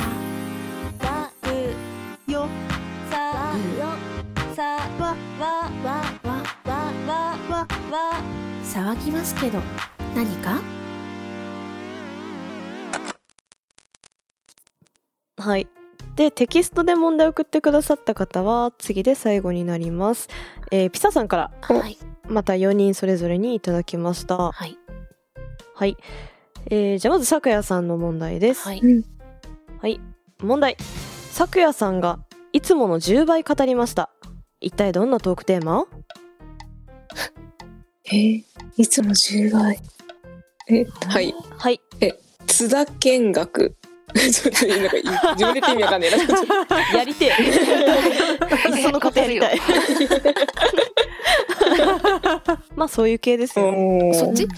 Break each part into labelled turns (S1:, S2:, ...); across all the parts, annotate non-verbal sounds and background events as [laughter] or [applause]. S1: わう
S2: よ
S1: さよさ
S2: わ
S1: わわ
S3: わ
S1: わわ
S2: わ
S1: わ
S3: 騒ぎますけど何か
S4: はい。で、テキストで問題を送ってくださった方は、次で最後になります。えーピサさんから、
S3: はい
S4: また4人それぞれにいただきました。
S3: はい
S4: はい。えーじゃあまず、咲夜さんの問題です。
S3: はい
S4: 問題。咲夜さんが、いつもの10倍語りました。一体どんなトークテーマ
S5: えーいつも10倍。え、はい。
S4: はい。
S5: 津田見学。 [laughs] ちょっとなんかい自分で言って意味わかんねえな。 [laughs] ちょっと
S4: やりてえ。 [laughs] そのことやりたい。
S3: [laughs]
S4: まあ、そういう系ですよね。
S3: そっち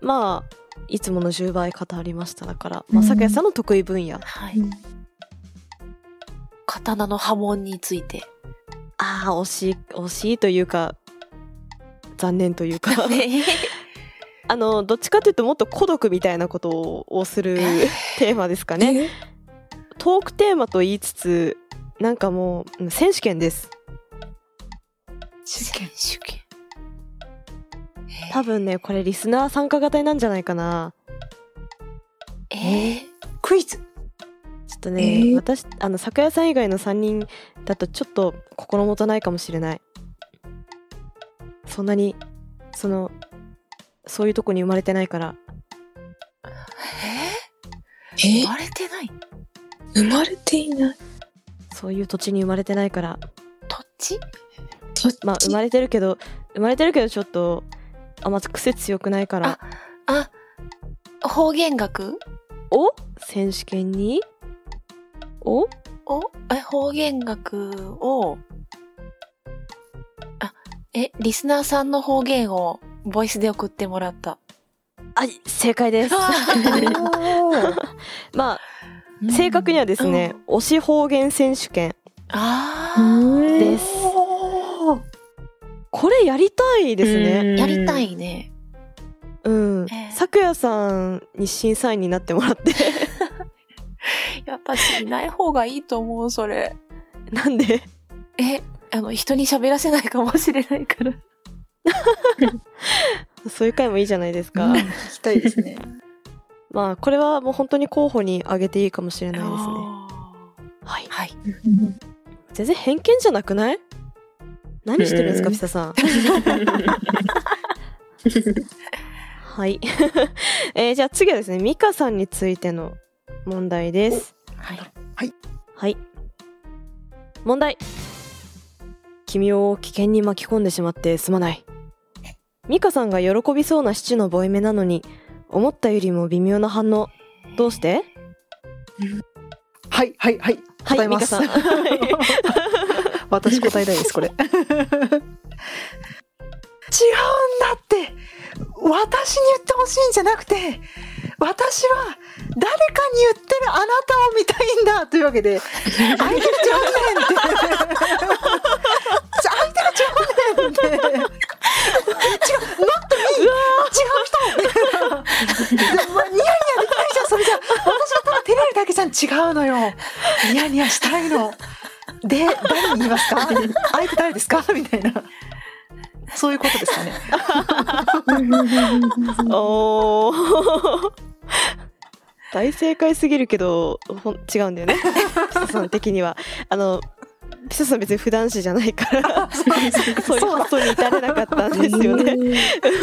S4: まあいつもの10倍語りましただから、まあ、咲夜さんの得意分野、
S3: はい刀の刃文について
S4: ああ惜しい惜しいというか残念というか [laughs] あのどっちかというともっと孤独みたいなことををするテーマですかね
S5: ね。
S4: トークテーマと言いつつなんかもううん選手権です
S3: 選手権
S4: 多分ねこれリスナー参加型なんじゃないかな
S3: えー、
S5: クイズ。
S4: ちょっとね、
S5: えー
S4: 私あの咲夜さん以外の3人だとちょっと心もとないかもしれないそんなにそのそういうとこに生まれてないから
S3: え
S5: え
S3: ー、割れてない
S5: 生まれていない。
S4: そういう土地に生まれてないから
S3: 土地
S5: そっち
S4: まあ生まれてるけど生まれてるけどちょっとあんま癖強くないから
S3: あ方言学
S4: お選手権にお
S3: をえ方言学をあえリスナーさんの方言をボイスで送ってもらった
S4: あ正解です [laughs] まあ正確にはですね、推し方言選手権
S3: あ
S5: うん
S3: ー
S4: ですこれやりたいですね
S3: やりた。いね
S4: うん
S3: ええ
S4: さくやさんに審査員になってもらって [laughs]
S3: やっぱしいない方がいいと思うそれ
S4: なんで
S3: えあの人に喋らせないかもしれないから
S4: そういう回もいいじゃないですか、
S5: うん聞きたいです
S3: [laughs]
S5: ね。
S4: まあこれはもう本当に候補に挙げていいかもしれないですね
S3: あー
S4: はい
S3: はい
S4: 全然偏見じゃなくない何してるんですか
S5: うん
S4: ピサさ
S6: [laughs]
S4: んはい、 [laughs] えーじゃあ次はですねミカさんについての問題です
S3: はい
S4: はい問題君を危険に巻き込んでしまってすまないミカさんが喜びそうなシチュのボイメなのに思ったよりも微妙な反応どうして
S6: はいはいはい答えます
S4: はいミカさんはい
S6: 私答えたいですこれ [laughs] 違うんだって私に言ってほしいんじゃなくて私は誰かに言ってるあなたを見たいんだというわけで [laughs] 相手が上面って相手が上面って違う not me 違う人でもニヤニヤできないじゃんそれじゃ私がただ照れるだけじゃん違うのよニヤニヤしたいので誰に言いますか [laughs] 相手誰ですか [laughs] みたいなそういうことですかね
S4: おー [laughs] 大正解すぎるけどほん違うんだよねピサさん的にはあのピサさん別に普段子じゃないからそういう発想に至れなかったんですよね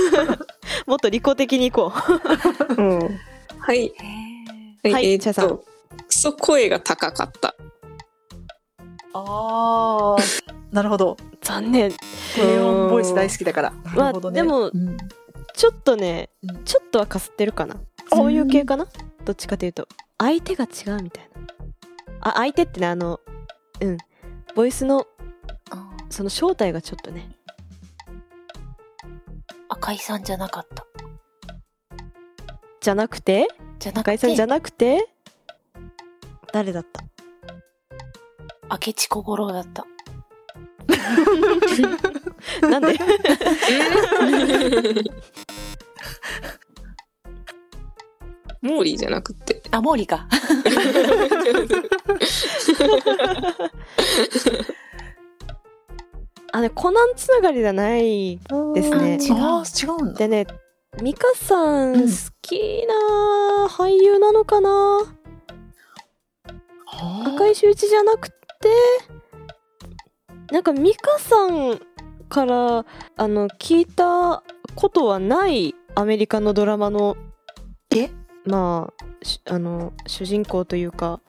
S4: [laughs] もっと利己的にいこう
S5: はい。
S3: えー
S4: はい
S5: え
S4: 茶
S5: ーっ
S4: さん
S5: と、クソ声が高か [laughs] った。
S6: [laughs] ああなるほど
S4: 残念
S6: 低音ボイス大好きだからなるほどね、
S4: まあでも
S6: うん
S4: ちょっとね
S6: うん
S4: ちょっとはかすってるかなそういう系かなどっちかというと相手が違うみたいなあ相手ってねあのうんボイスの
S3: あー
S4: その正体がちょっとね
S3: 赤井さんじゃなかった
S4: じゃなくて
S3: じゃな
S4: 赤
S3: く
S4: 井さんじゃ
S3: て
S4: なくて誰だった
S3: 明智小五郎だった
S4: なんで
S5: モーリーじゃなくて。
S3: あ、毛利か。
S5: [laughs]
S4: あのコナンつながりじゃないですね
S3: 違う
S6: あー違うんだ。
S4: でね美香さ
S6: うん
S4: ん好きな俳優なのかな、赤
S6: い。
S4: い周知じゃなくてなんか美香さんからあの聞いたことはないアメリカのドラマの
S6: え
S4: まあしあの主人公というか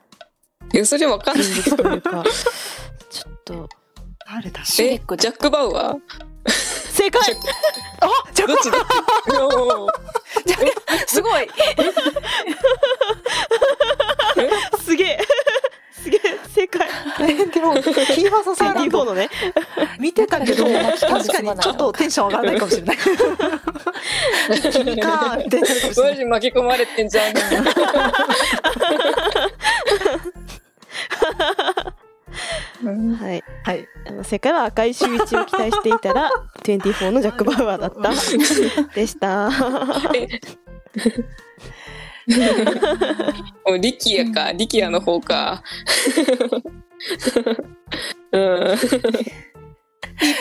S5: いや、それわかんない。
S4: 人物というかちょっと
S6: 誰だ。
S3: シュレ
S5: え
S3: ック、だ
S5: ジャック・バウアー
S4: 正解
S6: あ、じゃ
S5: どっちだおー
S3: す
S5: [laughs]
S3: ごい
S4: すげえ [laughs] すげえ正解
S6: あえでもキーファーソンさん
S4: [laughs] 34のね
S6: 見てたけど確かにちょっとテンション上がらないかもしれない。君かみたいになるかもし
S5: マ
S6: れない。
S5: ジ巻き込まれてんじゃん。
S4: はい
S6: [laughs] はい。
S4: あの正解は赤い周知を期待していたら24のジャック・バウアーだったでした
S5: もう力也か、力也の方か。うん、
S6: いい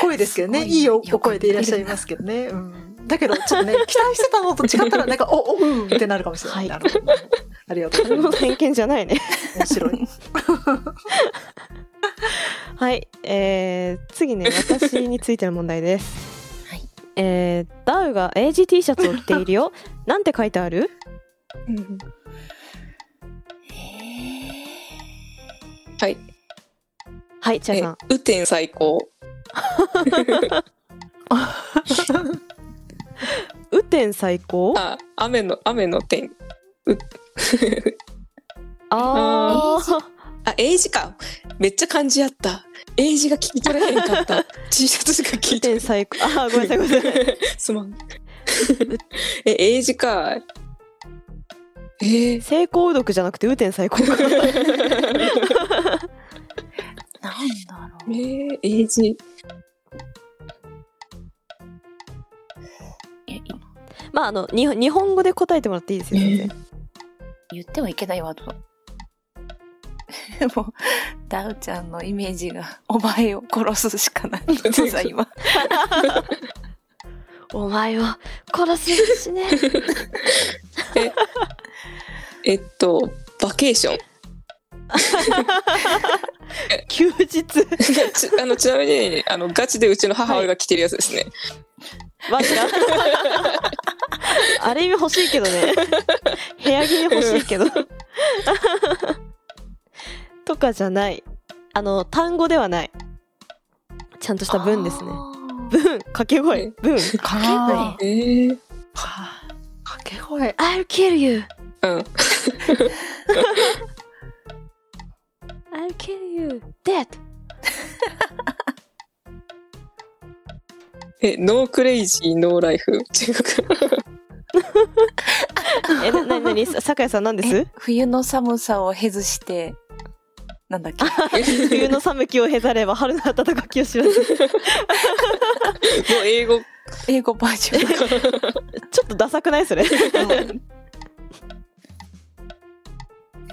S6: 声ですけどね。 [laughs] いいお声でいらっしゃいますけどね。うん。だけど、ちょっとね、期待してたのと違ったら、なんか、お、お、うんってなるかもしれない。
S4: は
S6: なるほどありがとうござ
S4: それ
S6: いま
S4: も
S6: す。
S4: 偏見じゃないね
S6: 面白
S4: [laughs]
S6: い。
S4: はい、えー、次ね私についての問題です
S3: はい
S4: えー、ダウが AGT シャツを着ているよなんて書いてある
S5: はい。
S4: はいチャイ
S5: え
S4: さん、
S5: 雨天最高。
S4: 雨天最高
S5: あ、雨の、雨の天。
S4: あー
S5: あ、英字か。めっちゃ漢字あった。英字が聞き取れへんかった。T シャツしか聞
S4: 雨
S5: いて
S4: 天最高あーごめんなさいごめんなさ
S5: [laughs]
S4: い
S5: すまん。え、英字か。えー、
S4: 成功うどくじゃなくて雨天最高
S3: な
S4: か
S3: んだ
S5: え
S3: ろう。
S5: ー、英字。
S3: え今
S4: まああのに日本語で答えてもらっていいですよ、ね、
S3: 言ってはいけないワード [laughs] だ。もう、ダウちゃんのイメージが、お前を殺すしか
S5: [laughs]
S3: ない。そうさ、今。
S4: お前は殺すやしね
S5: えっと、バケーション。
S4: [laughs]
S5: [laughs]
S4: 休日
S5: ちあのちなみにあのガチでうちの母親が着てるやつですね。
S4: マジかある意味欲しいけどね部屋着に欲しいけどとかじゃないあの単語ではないちゃんとした文ですね文掛け声文
S6: か
S3: あ
S5: えー、
S6: 掛け声。
S4: I'll kill you
S5: うん。
S4: I'll kill you dead
S5: えノークレイジーノーライフ。違うか。
S4: えなななにさ酒井さん何で
S3: え
S4: す
S3: 冬の寒さをへずして、なんだっけ
S4: 冬の寒きをへざれば春の暖かきを知らず [laughs]
S5: もう英語。
S3: 英語バージョン。
S4: ちょっとダサくないそれ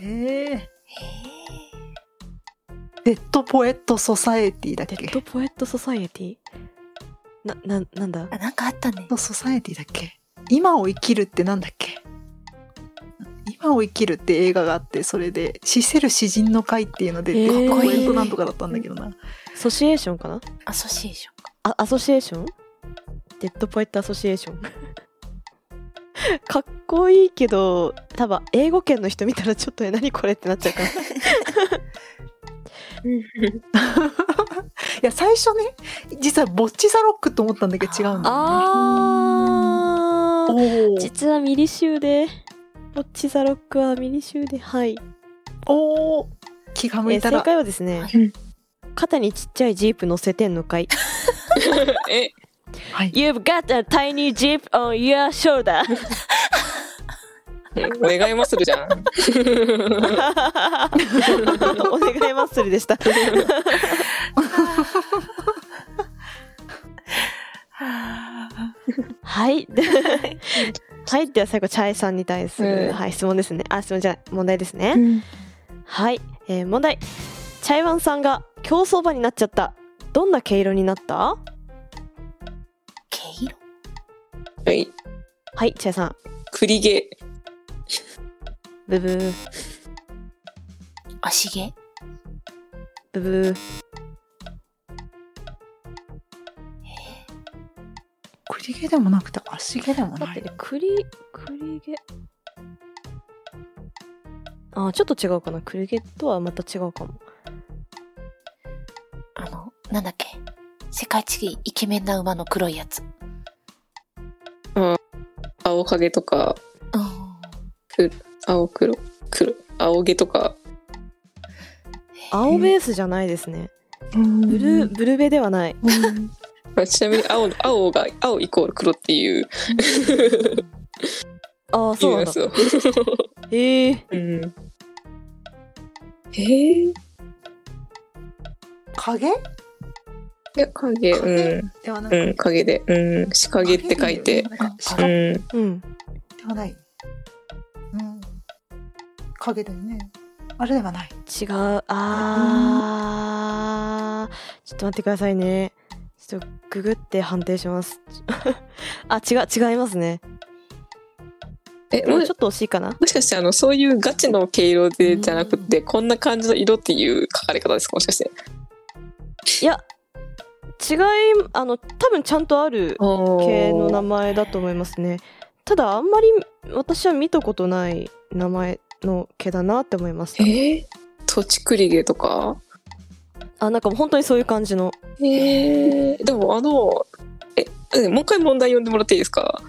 S6: ええ。デッドポエットソサエティだっ
S4: デ
S6: け
S4: ッドポエットソサイエティな、な、なん
S3: [laughs]
S4: だ
S3: あ、なんかあったね。
S6: のソサエティだっけ今を生きるってなんだっけ今を生きるって映画があってそれで「死せる詩人の会」っていうので、
S4: へー
S6: デッドポエットなんとかだったんだけどな
S4: ソシエーションかな
S3: アソシエーション。
S4: あ、アソシエーションデッドポエットアソシエーション。かっこいいけど、多分英語圏の人見たらちょっとえ、何これってなっちゃうから。
S6: いや最初ね実はボッチザロックと思ったんだけど違うんだ
S4: あ
S6: おー
S4: 実はミリ州で、ボッチザロックはミリ州で、はい。
S6: おー気が向
S4: え
S6: い
S4: ー
S6: た
S4: 正
S6: ら、
S4: 解はですね、
S5: うん
S4: 肩にちっちゃいジープ乗せてんのかい。
S5: え
S6: はい、
S4: [laughs] You've got a tiny jeep on your shoulder.
S5: お願いもするじゃん。
S4: [laughs] お願いマッスルでした。
S3: はあ。
S4: [laughs] はい。はい、では最後、チャイさんに対する、
S5: うん
S4: はい、質問ですね。あ、質問じゃない、問題ですね。
S5: うん
S4: はい、えー問題。チャイワンさんが競走馬になっちゃった。どんな毛色になった
S3: 毛色
S5: はい。
S4: はい、チャイさん。
S5: 栗毛。
S4: ブブー、
S3: 足毛
S4: ブブー。
S6: 栗毛でもなくて足毛でもない。
S4: ね、栗、栗毛。あー、ちょっと違うかな。栗毛とはまた違うかも。
S3: あの、なんだっけ世界一イケメンな馬の黒いやつ。うん。
S5: 青影とか、青黒。黒。青毛とか。
S4: 青ベースじゃないですね。ブ
S6: ブ
S4: ルー、ブルベではない。
S5: まあちなみに青、青が、青イコール黒っていう、
S4: ああ、そうなん
S5: や
S4: だ。
S5: つを。
S4: ええー。
S5: うん。えー、い
S6: 影
S5: や、影、
S6: 影
S5: うん。
S6: ではなく
S5: うん、影で。うん、仕影って書いて。。う
S6: うん
S5: ん。
S4: うん。
S6: ではない。うん。影だよね。あれではない。
S4: 違う。あー。ちょっと待ってくださいね。ちょっとググって判定します。 [laughs] あ、違う、違いますね。
S5: え、
S4: も
S5: も
S4: う
S5: し
S4: ちょっと惜しいかな。
S5: もしかして、あの、そういうガチの毛色でじゃなくて、こんな感じの色っていう書かれ方ですかもしかして。
S4: いや、違い、あの、多分ちゃんとある系の名前だと思いますね。ただ、あんまり私は見たことない名前の毛だなって思いました。
S5: えー、土地栗毛とか
S4: あ、なんかもう本当にそういう感じの。
S5: えー、でもあの、え、うんもう一回問題読んでもらっていいですか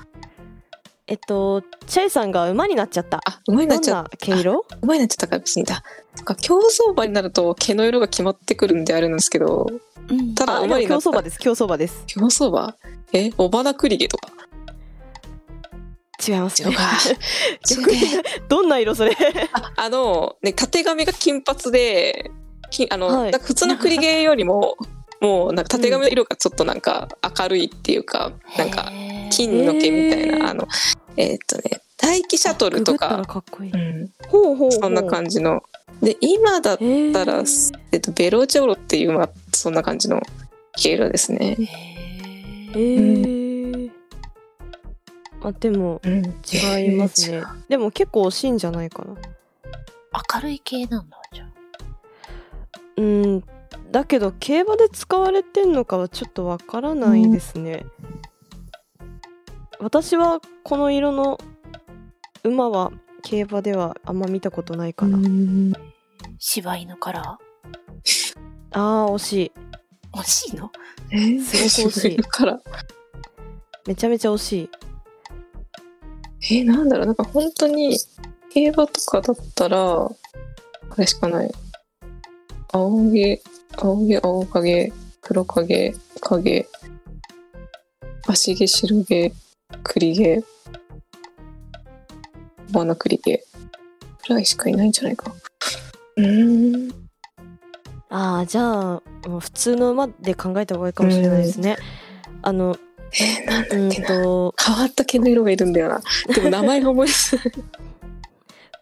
S4: えっと、チェイさんが馬になっちゃった。
S5: あ、馬にな
S4: ど
S5: っ
S4: ん
S5: ちゃっ
S4: な毛色
S5: た、馬になっちゃったから別にだ。なんか競走馬になると毛の色が決まってくるんであるんですけど、
S3: うん。
S5: ただ
S4: あ、で
S5: 馬
S4: も
S5: に
S4: 競
S5: なっ
S4: 走
S5: た
S4: 馬です、競走馬です。
S5: 競走馬え、尾花栗毛とか。
S4: 違います
S5: 違う
S4: ね
S5: か。 [laughs]
S4: 逆に
S5: 違うね
S4: [laughs] どんな色それ
S5: ああの、ね、縦髪が金髪で、きあの、
S4: はい
S5: なんか普通の栗毛よりも、もうなんか縦髪の色がちょっとなんか明るいっていうか、なんか、
S3: へー
S5: 金の毛みたい
S4: へー
S5: な、あの、えーっとね、大気シャトルと
S4: ググったら
S5: か、
S4: かっこいい
S5: うん、
S4: ほうほう
S5: そんな感じの。で、今だっ
S4: じへ
S5: たら、えっと、ベロチョロっていう、まあ、そんな感じの毛色ですね。
S3: へ
S4: え
S3: ー
S4: あでも
S5: うん、
S4: 違います
S5: え
S4: ね
S5: ー。
S4: でも結構惜しいんじゃないかな
S3: 明るい系なんだ、じゃあ。
S4: うんだけど競馬で使われてんのかはちょっとわからないですね、私はこの色の馬は競馬ではあんま見たことないかな、
S3: 柴犬から
S4: あー惜しい
S3: 惜しいの
S5: えー
S4: すごく惜
S5: [laughs]
S4: しい
S5: から、
S4: めちゃめちゃ惜しい
S5: えーなんだろう、なんか本当に、競馬とかだったら、あれしかない。青毛、青毛、青影、黒影、影、足毛、白毛、栗毛、バナ栗毛、くらいしかいないんじゃないか。うーん。
S4: ああじゃあもう普通の馬で考えた方がいいかもしれないですね。あの
S5: えーなん
S4: う
S5: だっけ
S4: ん
S5: な。
S4: と
S5: 変わった毛の色がいるんだよな。でも名前が覚えず。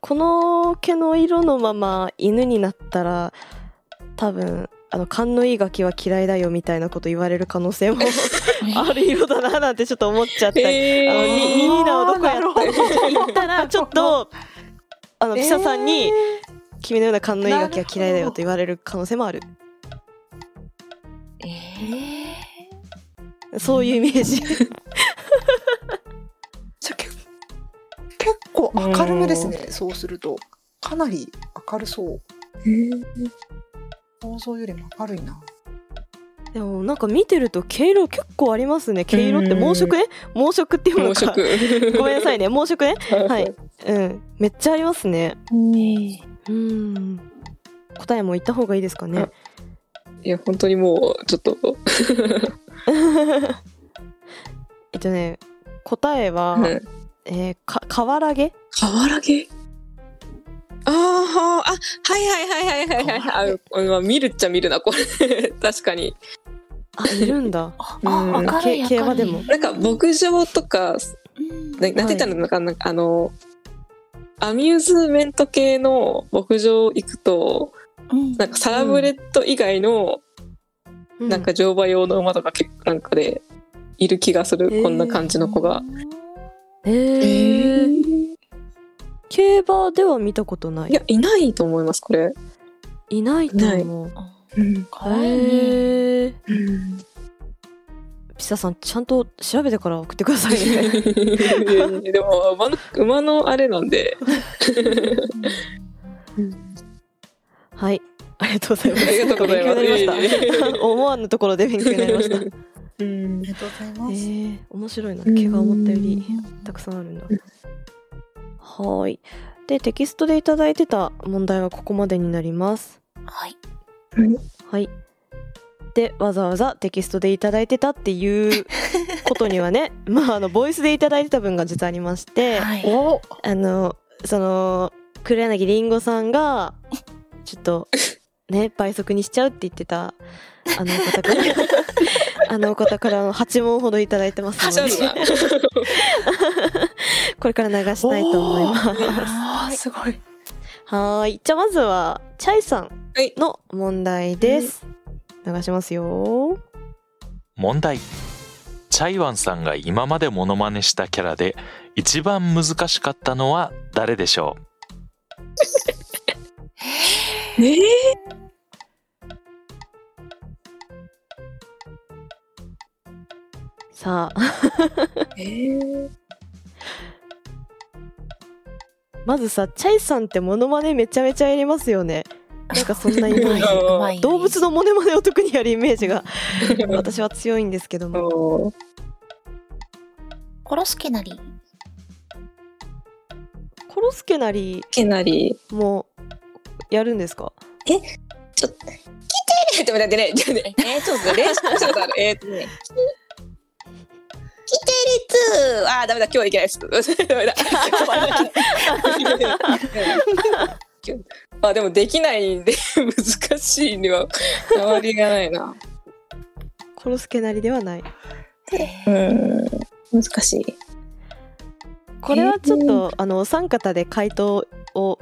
S4: この毛の色のまま犬になったら多分あの勘のいいガキは嫌いだよみたいなこと言われる可能
S5: [laughs]
S4: 性もある色だななんてちょっと思っちゃったり。あの
S5: [laughs] え
S4: ニニ
S5: ー。
S4: ーナをどこやったって言ったらちょっ
S6: [laughs]
S4: とあのピサさんに「君のような勘のいいガキは嫌いだよ」と言われる可能性もある
S3: えー、
S4: そういうイメー
S5: [laughs]
S4: ジ
S6: じゃあけ結構明るめですね。そうすると。かなり明るそう。想像よりも明るいな。
S4: でもなんか見てると毛色結構ありますね毛色って
S5: うん
S4: 毛色ね毛色っていうの
S5: [laughs] 猛
S4: か
S5: 色。
S4: ごめんなさいね、毛色ね。は。
S5: はい
S4: うん、めっちゃありますね。うん。答えも言った方がいいですかね。
S5: [laughs] いや、本当にもう、ちょっと、
S4: えっとね、答えは、
S5: うん
S4: えーか、瓦毛
S5: 瓦毛あーはーあ、はいはいはいはいはいはい。あうんまあ、見るっちゃ見るな、これ。 [laughs] 確かに。
S4: あ、いるんだ。
S3: あ、
S5: [laughs] うん
S3: あ明るい明るい
S4: け競馬でも
S5: なんか、牧場とか、ななんて言ったらなんか、なんかあの、アミューズメント系の牧場行くと、
S3: うん
S5: なんかサラブレッド以外の、なんか乗馬用の馬とか結構なんかで、いる気がする、
S4: えー
S5: こんな感じの子が。
S4: えー、競馬では見たことない
S5: いや、いないと思います、これ。
S4: いないと思う
S3: か
S4: へ
S3: わいいね
S4: えー、
S5: うん
S4: ピサさんちゃんと調べてから送ってください
S5: [laughs] いや
S4: ね
S5: いやいやでも馬の馬のあれなんで
S4: はいありがとうございま
S5: あ
S4: す
S5: りがとうございま
S4: 勉
S5: す。
S4: 強になりました
S5: いえいえ
S4: [laughs] 思わぬところで勉強になりました。
S5: うん
S3: ありがとうござい
S4: え
S3: ま
S4: ー、面白いな毛が思ったよりたくさんあるんだ
S5: うん
S4: はーいでテキストでいただいてた問題はここまでになります
S3: はい
S4: はいでわざわざテキストでいただいてたっていうことにはねまああのボイスでいただいてた分が実はありまして、
S3: はい
S6: お
S4: あのその黒柳りんごさんがちょっとね倍速にしちゃうって言ってたあのお方からあのお方からの8問ほどいただいてます
S5: はしゃ
S4: の
S5: る
S4: で
S5: な。
S4: これから流したいと思います。
S6: [laughs] あーすごい。
S4: はーい。じゃあまずは、チャイさん
S5: はい
S4: の問題です。流しますよ。
S2: 問題チャイワンさんが今までモノマネしたキャラで一番難しかったのは誰でしょう
S5: え
S4: さあ、
S5: [laughs] え
S4: まずさ、チャイさんってモノマネめちゃめちゃやりますよね。なんかそんなイメージ。
S3: うまい
S4: 動物のモノマネを特にやるイメー
S5: [laughs]
S4: ジが
S5: ー。
S4: 私は強いんですけども。
S5: そう
S3: 殺す気なり
S4: コロスケなり
S5: けなり。
S4: もやるんですか
S5: ちょっと。来てって待ってね。ちょっとね。えー、ちょっと練習したことある。えーっとね。来てるつー。あー、ダメだ。今日はいけないです。ダメだ。今日あ、でもできないんで、難しいには変わりがないな。
S4: コロスケなりではない。
S5: うん。難しい。
S4: これはちょっと、あの、お三方で回答を、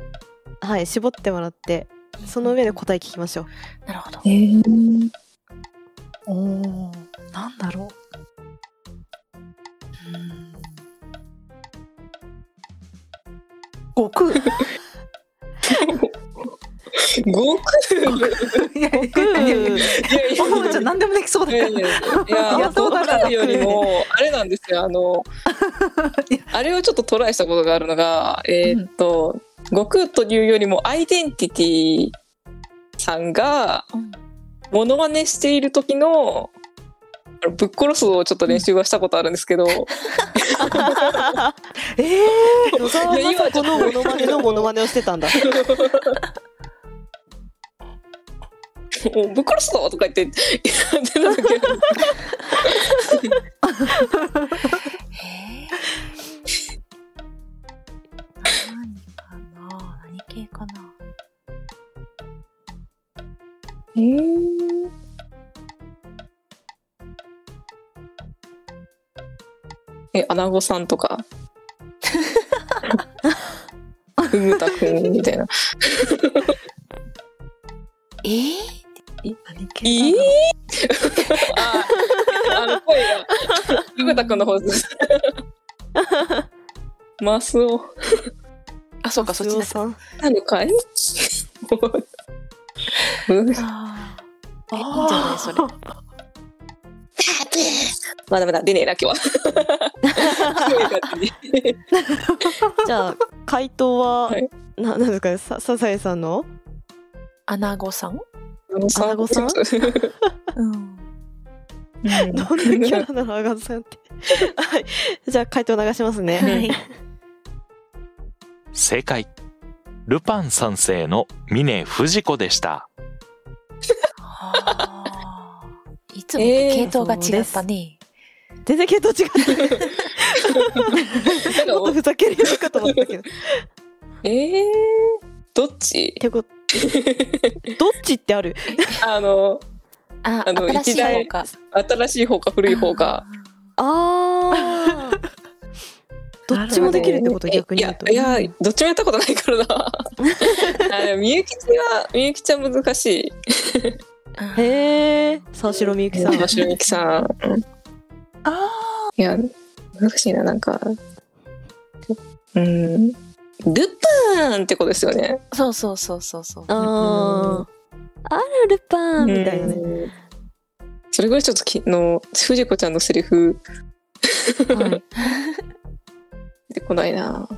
S4: はい、絞ってもらって、その上で答え聞きましょう。
S3: なるほど
S5: えー、
S6: おお。なんだろう。うん
S5: [laughs]
S6: 悟空。
S5: 悟空
S6: いやいやい
S4: グ
S6: やいや
S4: ー
S5: いやいや
S6: おばあちゃん何でもできそうだ
S5: いや
S6: から
S5: い。やいや、
S6: い
S5: い
S6: [laughs] や
S5: や
S6: そうだ
S5: だ
S6: から
S5: からよりも、あれなんですよ、あの、あれをちょっとトライしたことがあるのが、えーっと、悟空というよりも、アイデンティティさんが
S3: うん、
S5: モノマネしている時の、ぶっ殺すをちょっと練習はしたことあるんですけど、
S6: ええ
S4: 野沢雅子のモノマネのモノマネをしてたんだ。
S5: もうぶっ殺すぞとか言って、やってたんだけど、
S3: へえ何かな何系かな
S5: えー、え、アナゴさんとか。ふむたくんみたいな。
S3: えー、
S6: 何
S5: え
S6: 系
S5: ー、あ、あの声が。ふむたくんの方です。マスオ。
S3: あそうかそっち
S4: お
S3: だ
S4: さん。
S5: なるかい
S3: あ
S6: あ
S3: ーえいいんじゃないそれ
S6: ー
S5: まあダメだ、出ねえな、今日 [laughs] は。
S4: じゃあ回答は、
S5: はい
S4: ななんですかねさサザエさんの
S3: アナゴさん
S5: アナゴ
S4: アナゴさん
S3: うん
S5: うん
S4: どんなキャラなのアガさんって。 [laughs] はい。じゃあ回答流しますね。
S3: はい
S2: 正解ルパン三世の峰不二子でした
S3: あー [laughs] いつもと系統が違ったね、
S4: 全然系統違ってもっとふざけるよかと思ったけど。
S5: えー、どっち
S4: てこどっちってある。
S5: あの
S3: あ
S5: あの
S3: 新しい
S5: 一台
S3: 方か
S5: 新しい方か古い方か
S4: ああ。どっちもできるってこと
S5: え
S4: 逆に言うと。
S5: いやいやどっちもやったことないからなあ
S4: [laughs]
S5: でもみゆきちはみゆきちゃん難しい
S4: へえ、三四郎みゆきさん。
S5: 山城みきさん
S6: あ
S5: いや難しいななんかうんルパンってことですよね
S3: そうそうそうそうそう。
S4: ああ、あるルパンみたいなね。
S5: うんそれぐらいちょっときの藤子ちゃんのセリフ
S4: はい
S5: 出てこないな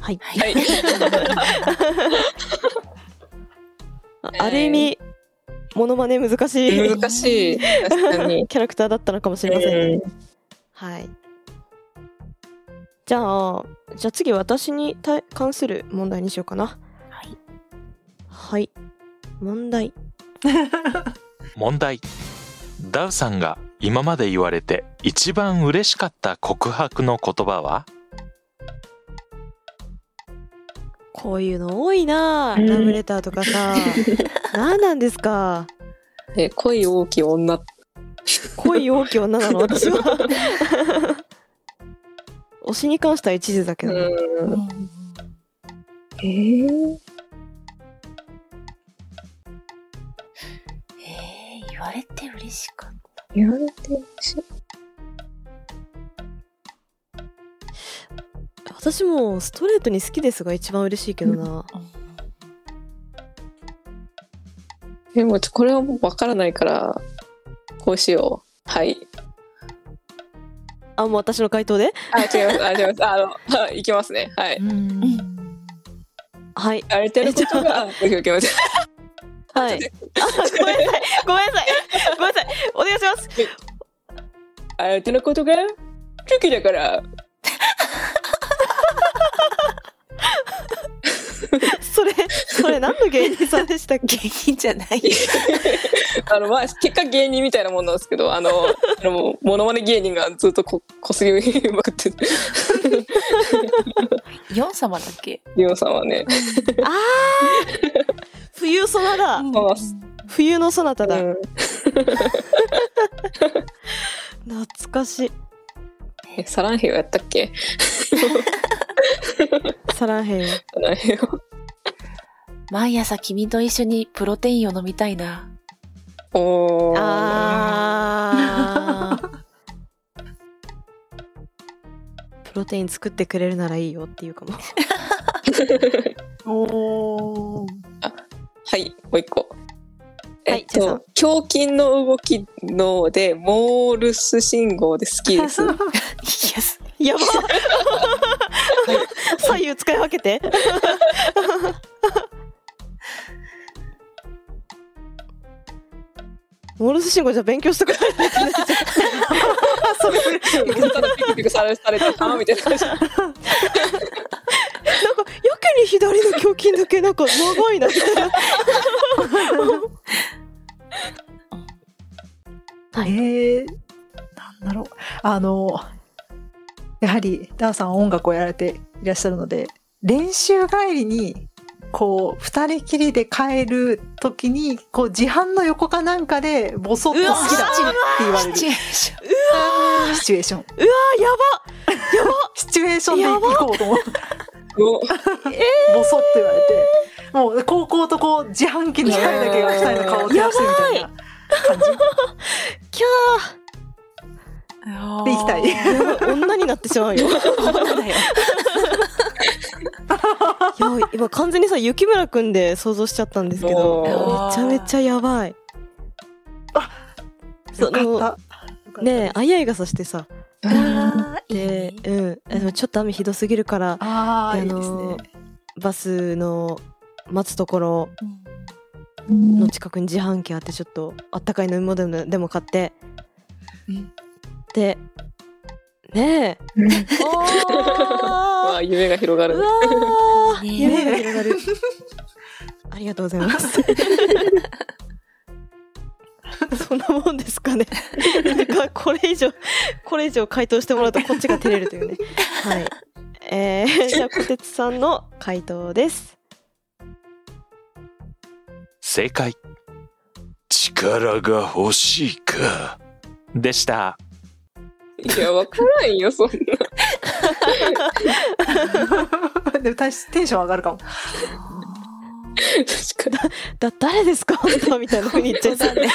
S4: はい
S5: はい
S4: あある意味モノマネ難しい
S5: 難しい確
S4: [laughs]
S5: かに
S4: キャラクターだったのかもしれません。
S5: うん
S4: はい。じゃあ、じゃあ次私に対関する問題にしようかな。
S3: はい。
S4: はい。問題。
S2: 問題ダウさんが今まで言われて一番嬉しかった告白の言葉は
S4: こういうの多いなあ
S5: うん
S4: ラブレターとか
S5: [laughs]
S4: さ。何なんですか。
S5: え恋大きい女
S4: 恋大きい女なの私は。推しに関しては一途だけど、ね
S5: うん
S3: うん
S5: え
S3: え
S5: ー、
S3: ー、言われて嬉しかった。
S5: 言われてるし
S4: 私もストレートに好きですが一番嬉しいけどな。
S5: でもちょこれはもうわからないからこうしようはい
S4: あ、もう私の回答で
S5: あ違いますあ違いますあのはい行きますねはい
S4: はい。
S5: あれてることが受け受けませ
S4: はい。あ、ごめんなさい。ごめんなさい。ごめんなさい。お願いします。
S5: あれてることが好きだから
S4: それ、それ何の芸人さんでしたっけ
S3: 芸人じゃない。
S5: あのまあ結果芸人みたいなもんなんですけどあのあのもうモノマネ芸人がずっとここすぎまくってる
S3: ヨン様だっけ
S5: リオさんはね
S4: あー [laughs] 冬ソナだ
S5: あ
S4: 冬のソナタ
S5: う
S4: だ、
S5: ん
S4: 懐かしい
S5: えサランヘヨやったっけ
S4: サランヘヨ
S5: サランヘヨ
S3: 毎朝君と一緒にプロテインを飲みたいな。
S5: おー
S4: [laughs] あープロテイン作ってくれるならいいよっていうかも
S6: おー
S5: はいもう一個
S4: は
S5: え
S4: い
S5: っ
S4: ジェイさん
S5: と胸筋の動きのでモールス信号で好き
S4: [laughs]
S5: です
S3: イエス。
S4: やば左右使い分けてモールス信号じゃ勉強したことない [laughs] ですね [laughs]
S5: それただピクピクされされてあーみたいな感じ
S4: なんかやけに左の胸筋だけなんか長いな [laughs] みたいな
S6: えー、なんだろうあのやはりダーさんは音楽をやられていらっしゃるので練習帰りにこう二人きりで帰る時にこう自販の横かなんかでボソッと
S4: うわ
S6: 好きだって言われ
S3: シ
S6: る
S3: チ
S6: シ
S3: ュエーション。
S6: チュエーション
S4: あやば
S6: シチュエーションで行こうと思って
S5: お
S6: ボソッと言われてもう高校とこう自販機の光だけが二人の顔を照らしてみたいな感じ
S4: キャ
S6: で行きたい
S4: ーやばい女になってしまうよいや今完全にさ雪村くんで想像しちゃったんですけど
S5: お
S4: め
S3: ー
S4: ちゃめちゃやばい
S6: あ
S4: [laughs] そ
S6: よ
S4: の
S6: かった
S4: ねえあいあい傘してさ
S3: あーいい
S4: で
S3: ね。
S4: うんあでもちょっと雨ひどすぎるから
S6: ああ
S4: で
S6: いいです
S4: あ
S6: ね
S4: のバスの待つところの近くに自販機あってちょっとあったかい飲み物でもでも買って、
S6: うん
S4: でねえ
S5: わあ夢が広が
S4: う
S5: る
S4: わー
S3: ねえ
S4: 夢が
S6: [laughs]
S4: 広がるありがとうございます [laughs] そんなもんですかね [laughs] なんかこれ以上これ以上回答してもらうとこっちが照れるというねはいえー、じゃあ小鉄さんの回答です
S2: 正解力が欲しいかでした
S5: いやわからんよそんな
S6: でも大しテンション上がるかも。
S5: 確か
S4: だ誰です [laughs] か本当みたいな風に言っちゃいそう
S3: ね。
S5: に。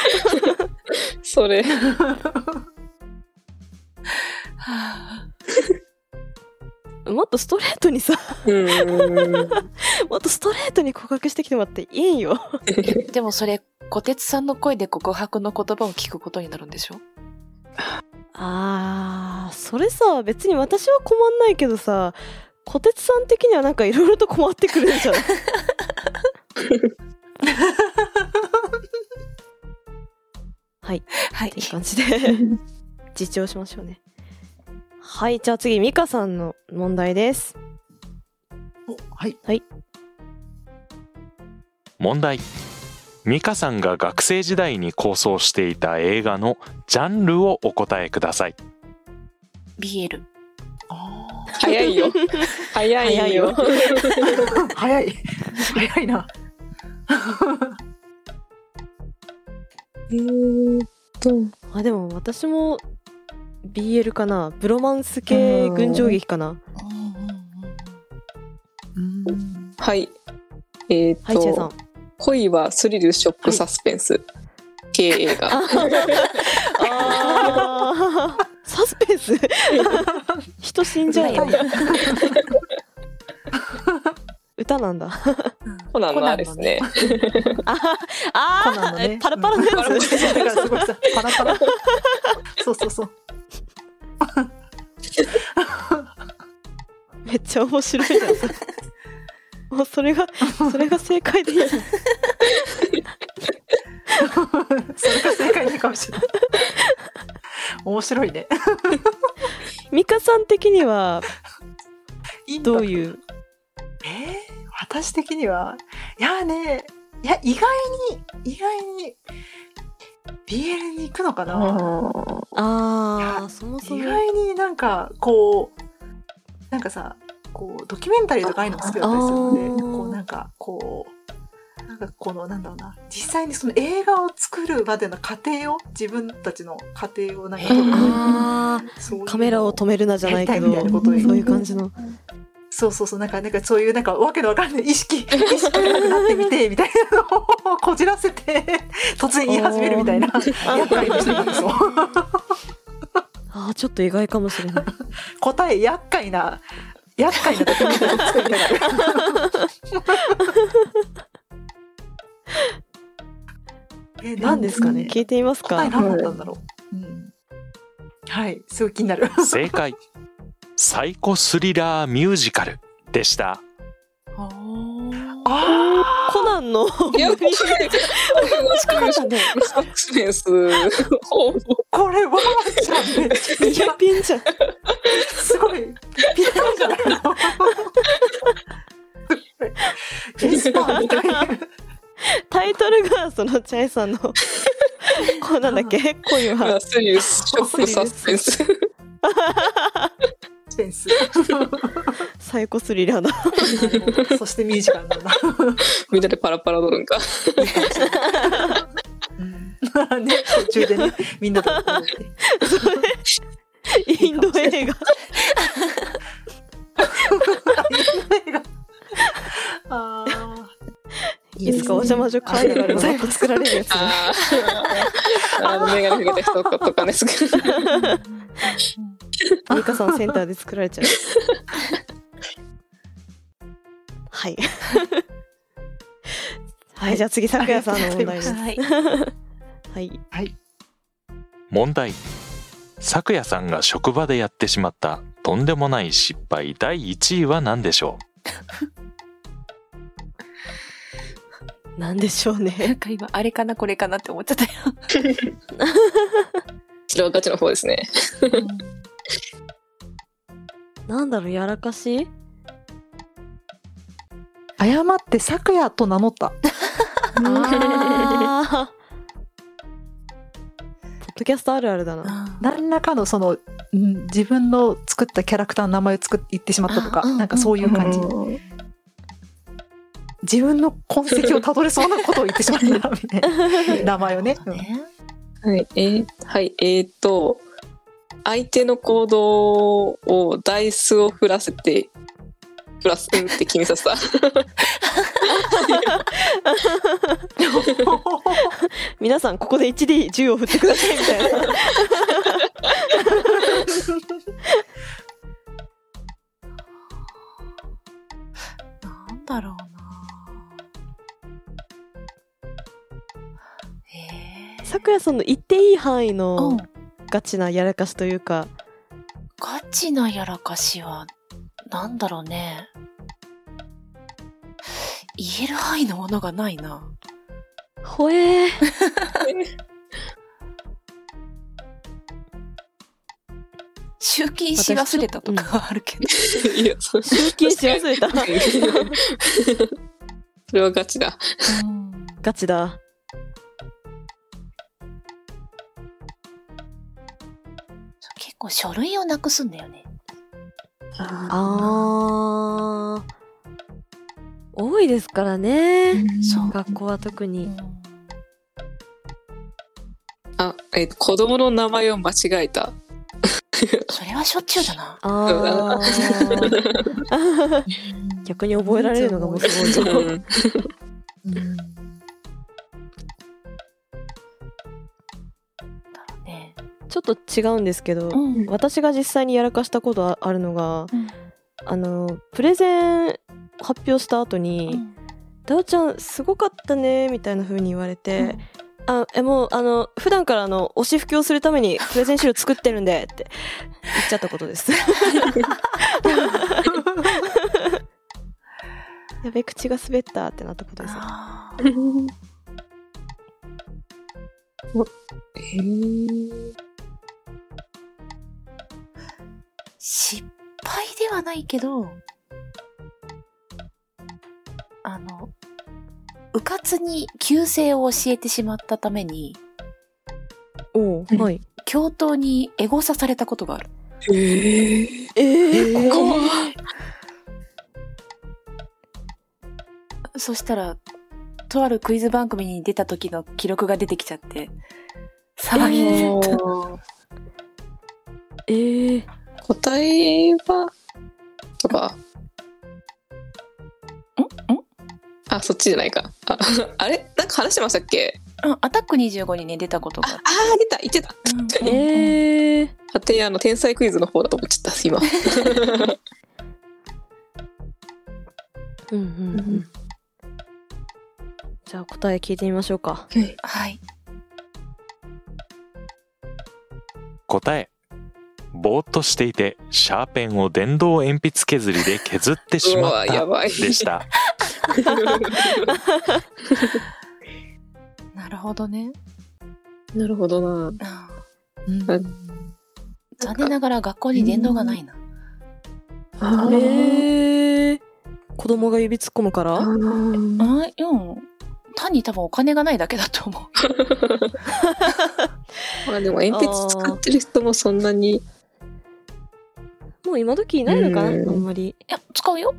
S5: それ。
S4: もっとストレートにさ
S5: うん。
S4: [laughs] もっとストレートに告白してきてもらっていいんよ
S3: でもそれ、小鉄さんの声で告白の言葉を聞くことになるんでしょ
S4: あーそれさ別に私は困んないけどさ小鉄さん的にはなんかいろいろと困ってくるんじ [laughs] ゃないはい
S3: はい
S4: っていう感じ [laughs] で自重しましょうねはいじゃあ次美香さんの問題です
S6: おはい。
S2: 問題美香さんが学生時代に構想していた映画のジャンルをお答えくだ
S5: [laughs]
S2: さい
S3: BL。
S6: あ
S5: 早いよ。早いよ。
S4: 早いよ
S6: ー [laughs] 早い。早いな。
S5: [laughs] えーっと、
S4: あでも私も BL かなブロマンス系群青劇かな
S6: うん
S5: はい。えーっ
S4: はいチェ
S5: と、
S4: さん
S5: 恋はスリル、ショッ
S4: は
S5: ク、
S4: い
S5: サスペンス。系映画。
S4: あーサスペンス人死 [laughs] んじゃうよ歌なんだ
S5: コナンのあれですね。
S4: あ
S6: コナ
S4: あ
S6: ンのね
S4: パラパラの
S6: パラパ
S4: や
S6: ラ
S4: つ
S6: だからすごいさパラパ [laughs] ラ。そうそうそう。
S4: めっちゃ面白いじゃんそれもうそ [laughs] れがそれが正解でいいじゃん
S6: それが正解なのかもしれない。面白いね。
S4: 美香さん的にはどう
S6: う
S4: いう
S6: えー私的にはいやねいや意外に意外に BL に行くのかな
S5: あ
S4: あ
S6: い
S4: あそもそ
S6: 意
S4: も
S6: 外になんかこうなんかさこうドキュメンタリーとかああいうのも好きだったりするので
S4: あー
S6: こうなんかこうなんかこのなんだろうな実際にその映画を作るまでの過程を自分たちの過程をなんか撮る
S4: あー
S6: そういうの
S4: カメラを止めるなじゃないけど
S6: やりたいみたいなことを言う
S4: そういう感じの
S6: そうそうそうなんかなんかそういうなんかわけのわかんない意識意識がなくなってみてみたいなのをこじらせて突然言い始めるみたいな [laughs] 役割の人なんですよ
S4: あーちょっと意外かもしれない
S6: 答え厄介な厄介な時に作りたがるえ
S4: 何
S6: [laughs] 何
S4: で
S6: ですす
S4: か
S6: か
S4: ね
S6: ね
S4: 聞いてみます
S6: 答え
S4: か
S6: 何だったんだろう、うん、はいすごい気になる
S2: 正解サイコスリラーミュージカルでした
S6: あ
S4: コナンの
S5: あ。いや、これ、近かったね。サスペンス。ほぼ
S6: ーこれわーちゃんめっちゃ
S4: ニアピンじゃん
S6: すごいぴったりじゃない [laughs] のエスパーみたいな
S4: タイトルがそ [laughs] のチャイさんのこうなんだっけ恋
S5: ま
S4: は
S5: あスリル、ショック、サスペンス。
S6: センス [laughs]
S4: サイコスリラーだ
S6: そしてミュージカルなんだ、
S5: みんなでパラパラ乗るんか。
S6: ね途中でねみんなとこうね
S4: インド映画
S6: あー
S4: いつかお邪魔女カーニバルの後作られるやつね
S5: あーあの、メガネかけた人と [laughs] かですけど。
S4: ミカさんセンターで作られちゃう [laughs] はいはいじゃあ次さくやさんの問題です
S3: はい。
S4: はい
S6: はい
S2: 問題さくやさんが職場でやってしまったとんでもない失敗第1位は何でしょ
S4: なんでしょう
S3: な
S4: ね
S3: んか今、あれかな、これかなって思っちゃったよ。
S5: それはガチの方ですね。
S4: [laughs] なんだろうやらかし
S6: 誤って昨夜と名乗った
S4: [laughs] あーポッドキャストあるあるだな
S6: 何らかのそのうん自分の作ったキャラクターの名前を作っ言ってしまったとか
S4: あうん
S6: なんかそういう感じ
S5: うん
S6: 自分の痕跡をたどれそうなことを言ってしまったみたいな名前をねうん
S5: はい、えーはい、えーっと、相手の行動をダイスを振らせてプラスうんって決めさせ [laughs] た
S4: 皆さんここで 1D10 を振ってくださいみたいな
S3: なんだろうな
S4: [laughs]
S3: えー、
S4: さくやさんの言っていい範囲
S3: うん
S4: のガチなやらかしというか、
S3: ガチなやらかしは、なんだろうね。言える範囲のものがないな。
S4: ほえー
S3: 集金し忘れたとかはあるけど。
S5: いやそう
S4: 通勤し [laughs] 忘れた
S5: それはガチだ
S3: うん
S4: ガチだ
S3: 結構書類をなくすんだよね。
S4: あー多いですからね
S3: そう
S4: 学校は特
S3: う
S4: に
S3: ん
S5: あえっと子供の名前を間違えた
S3: それはしょっちゅうだな。
S4: あ
S3: [laughs]
S4: ー逆に覚えられるのがもうすごいよ
S5: うん
S3: うんだろうね。
S4: ちょっと違うんですけど、
S3: うん
S4: 私が実際にやらかしたことああるのが、
S3: うん
S4: あのプレゼン発表した後
S3: う
S4: に
S3: ん
S4: 「ダ、オ、ちゃんすごかったね」みたいな風に言われて「あえもうあの普段からあの押し拭きをするためにプレゼン資料作ってるんで」って言っちゃったこと [laughs] です。やべ口が滑ったってなったことです。
S3: あ
S5: [laughs]
S3: ー
S5: おえー
S3: 失敗ではないけど、あの、うかつに旧姓を教えてしまったために、
S4: おおはい。
S3: 教頭にエゴサされたことがある。
S5: えー
S4: えー、
S3: そしたら、とあるクイズ番組に出た時の記録が出てきちゃって、騒ぎになった。
S4: えー、
S5: 答えはとか
S3: んん
S5: あそっちじゃないかあ [laughs] あれなんか話してましたっけ
S3: うん、アタック25にね、出たことがある
S5: あ。あー出た言ってた
S3: うん
S4: えー、
S5: 勝手にあの天才クイズの方だと思っちゃった今
S4: うんうんうん。じゃあ答え聞いてみましょうか。
S3: はい。
S2: 答えぼーっとしていてシャーペンを電動鉛筆削りで削ってし
S5: う
S2: ま
S5: わ
S2: っ
S5: や
S2: た
S5: ばい
S2: でした
S3: なるほどね。
S5: [laughs] なるほどな
S3: あー
S5: なん
S3: 残念ながら学校に電動がないな。
S5: あ
S4: え
S5: ー
S4: ー、子供が指突っ込むか
S5: あ
S4: ら
S5: ー
S3: あーうん。単に多分お金 [laughs] がないだけだと思う。
S5: まあでも鉛筆使ってる人もそんなに
S4: もう今時いないのかな、
S5: うん
S4: あんまり
S3: いや、使うよ。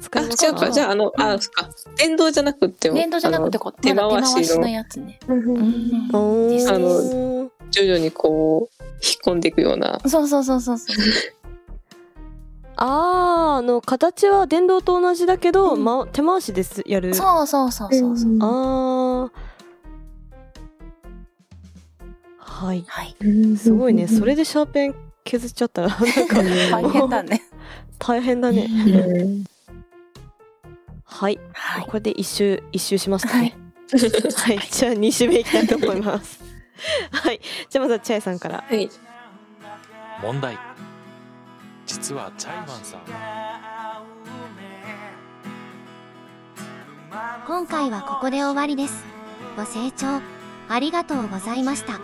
S4: 使
S5: あ
S4: い
S5: 違
S4: ますか
S5: うかじゃああのあそっか電動じゃなくても
S3: 電動じゃなくてこう、
S5: 手
S3: まだ
S5: 回しの
S3: 手回しのやつね。
S5: あの
S3: うん
S4: あ
S3: です
S5: あ
S3: ね
S5: の
S4: ー
S5: 徐々にこう引っ込んでいくような
S3: そうそうそう [laughs] そうそう。
S4: あーあの形は電動と同じだけど、
S3: うん
S4: ま、手回しですやる
S3: そうそうそうそうそう。
S5: うん
S4: あーはい
S3: はい。
S4: すごいねそれ
S5: で
S4: でシャーペン削っちゃったら [laughs] なんか
S3: 大変だね。
S4: 大変だね
S5: うん
S4: はい
S3: はい。
S4: これで一周一周しましたね。
S3: [laughs]
S4: はい、じゃあ二周目いきたいと思います。はい、じゃあまずはチャイさんから。
S5: はい
S2: 問題実はチャイマンさんは
S1: 今回はここで終わりですご清聴ありがとうございました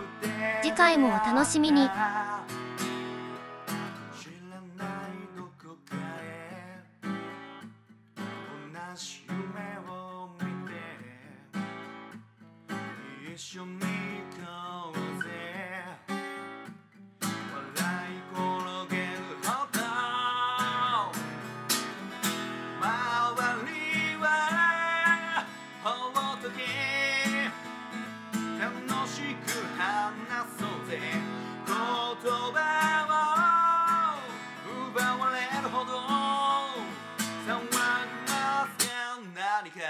S1: 次回もお楽しみに
S7: 知らないどこかへ同じ夢を見て一緒に行こうぜ笑い転げるほど周りはほっとけ楽しく話そうぜ言葉りか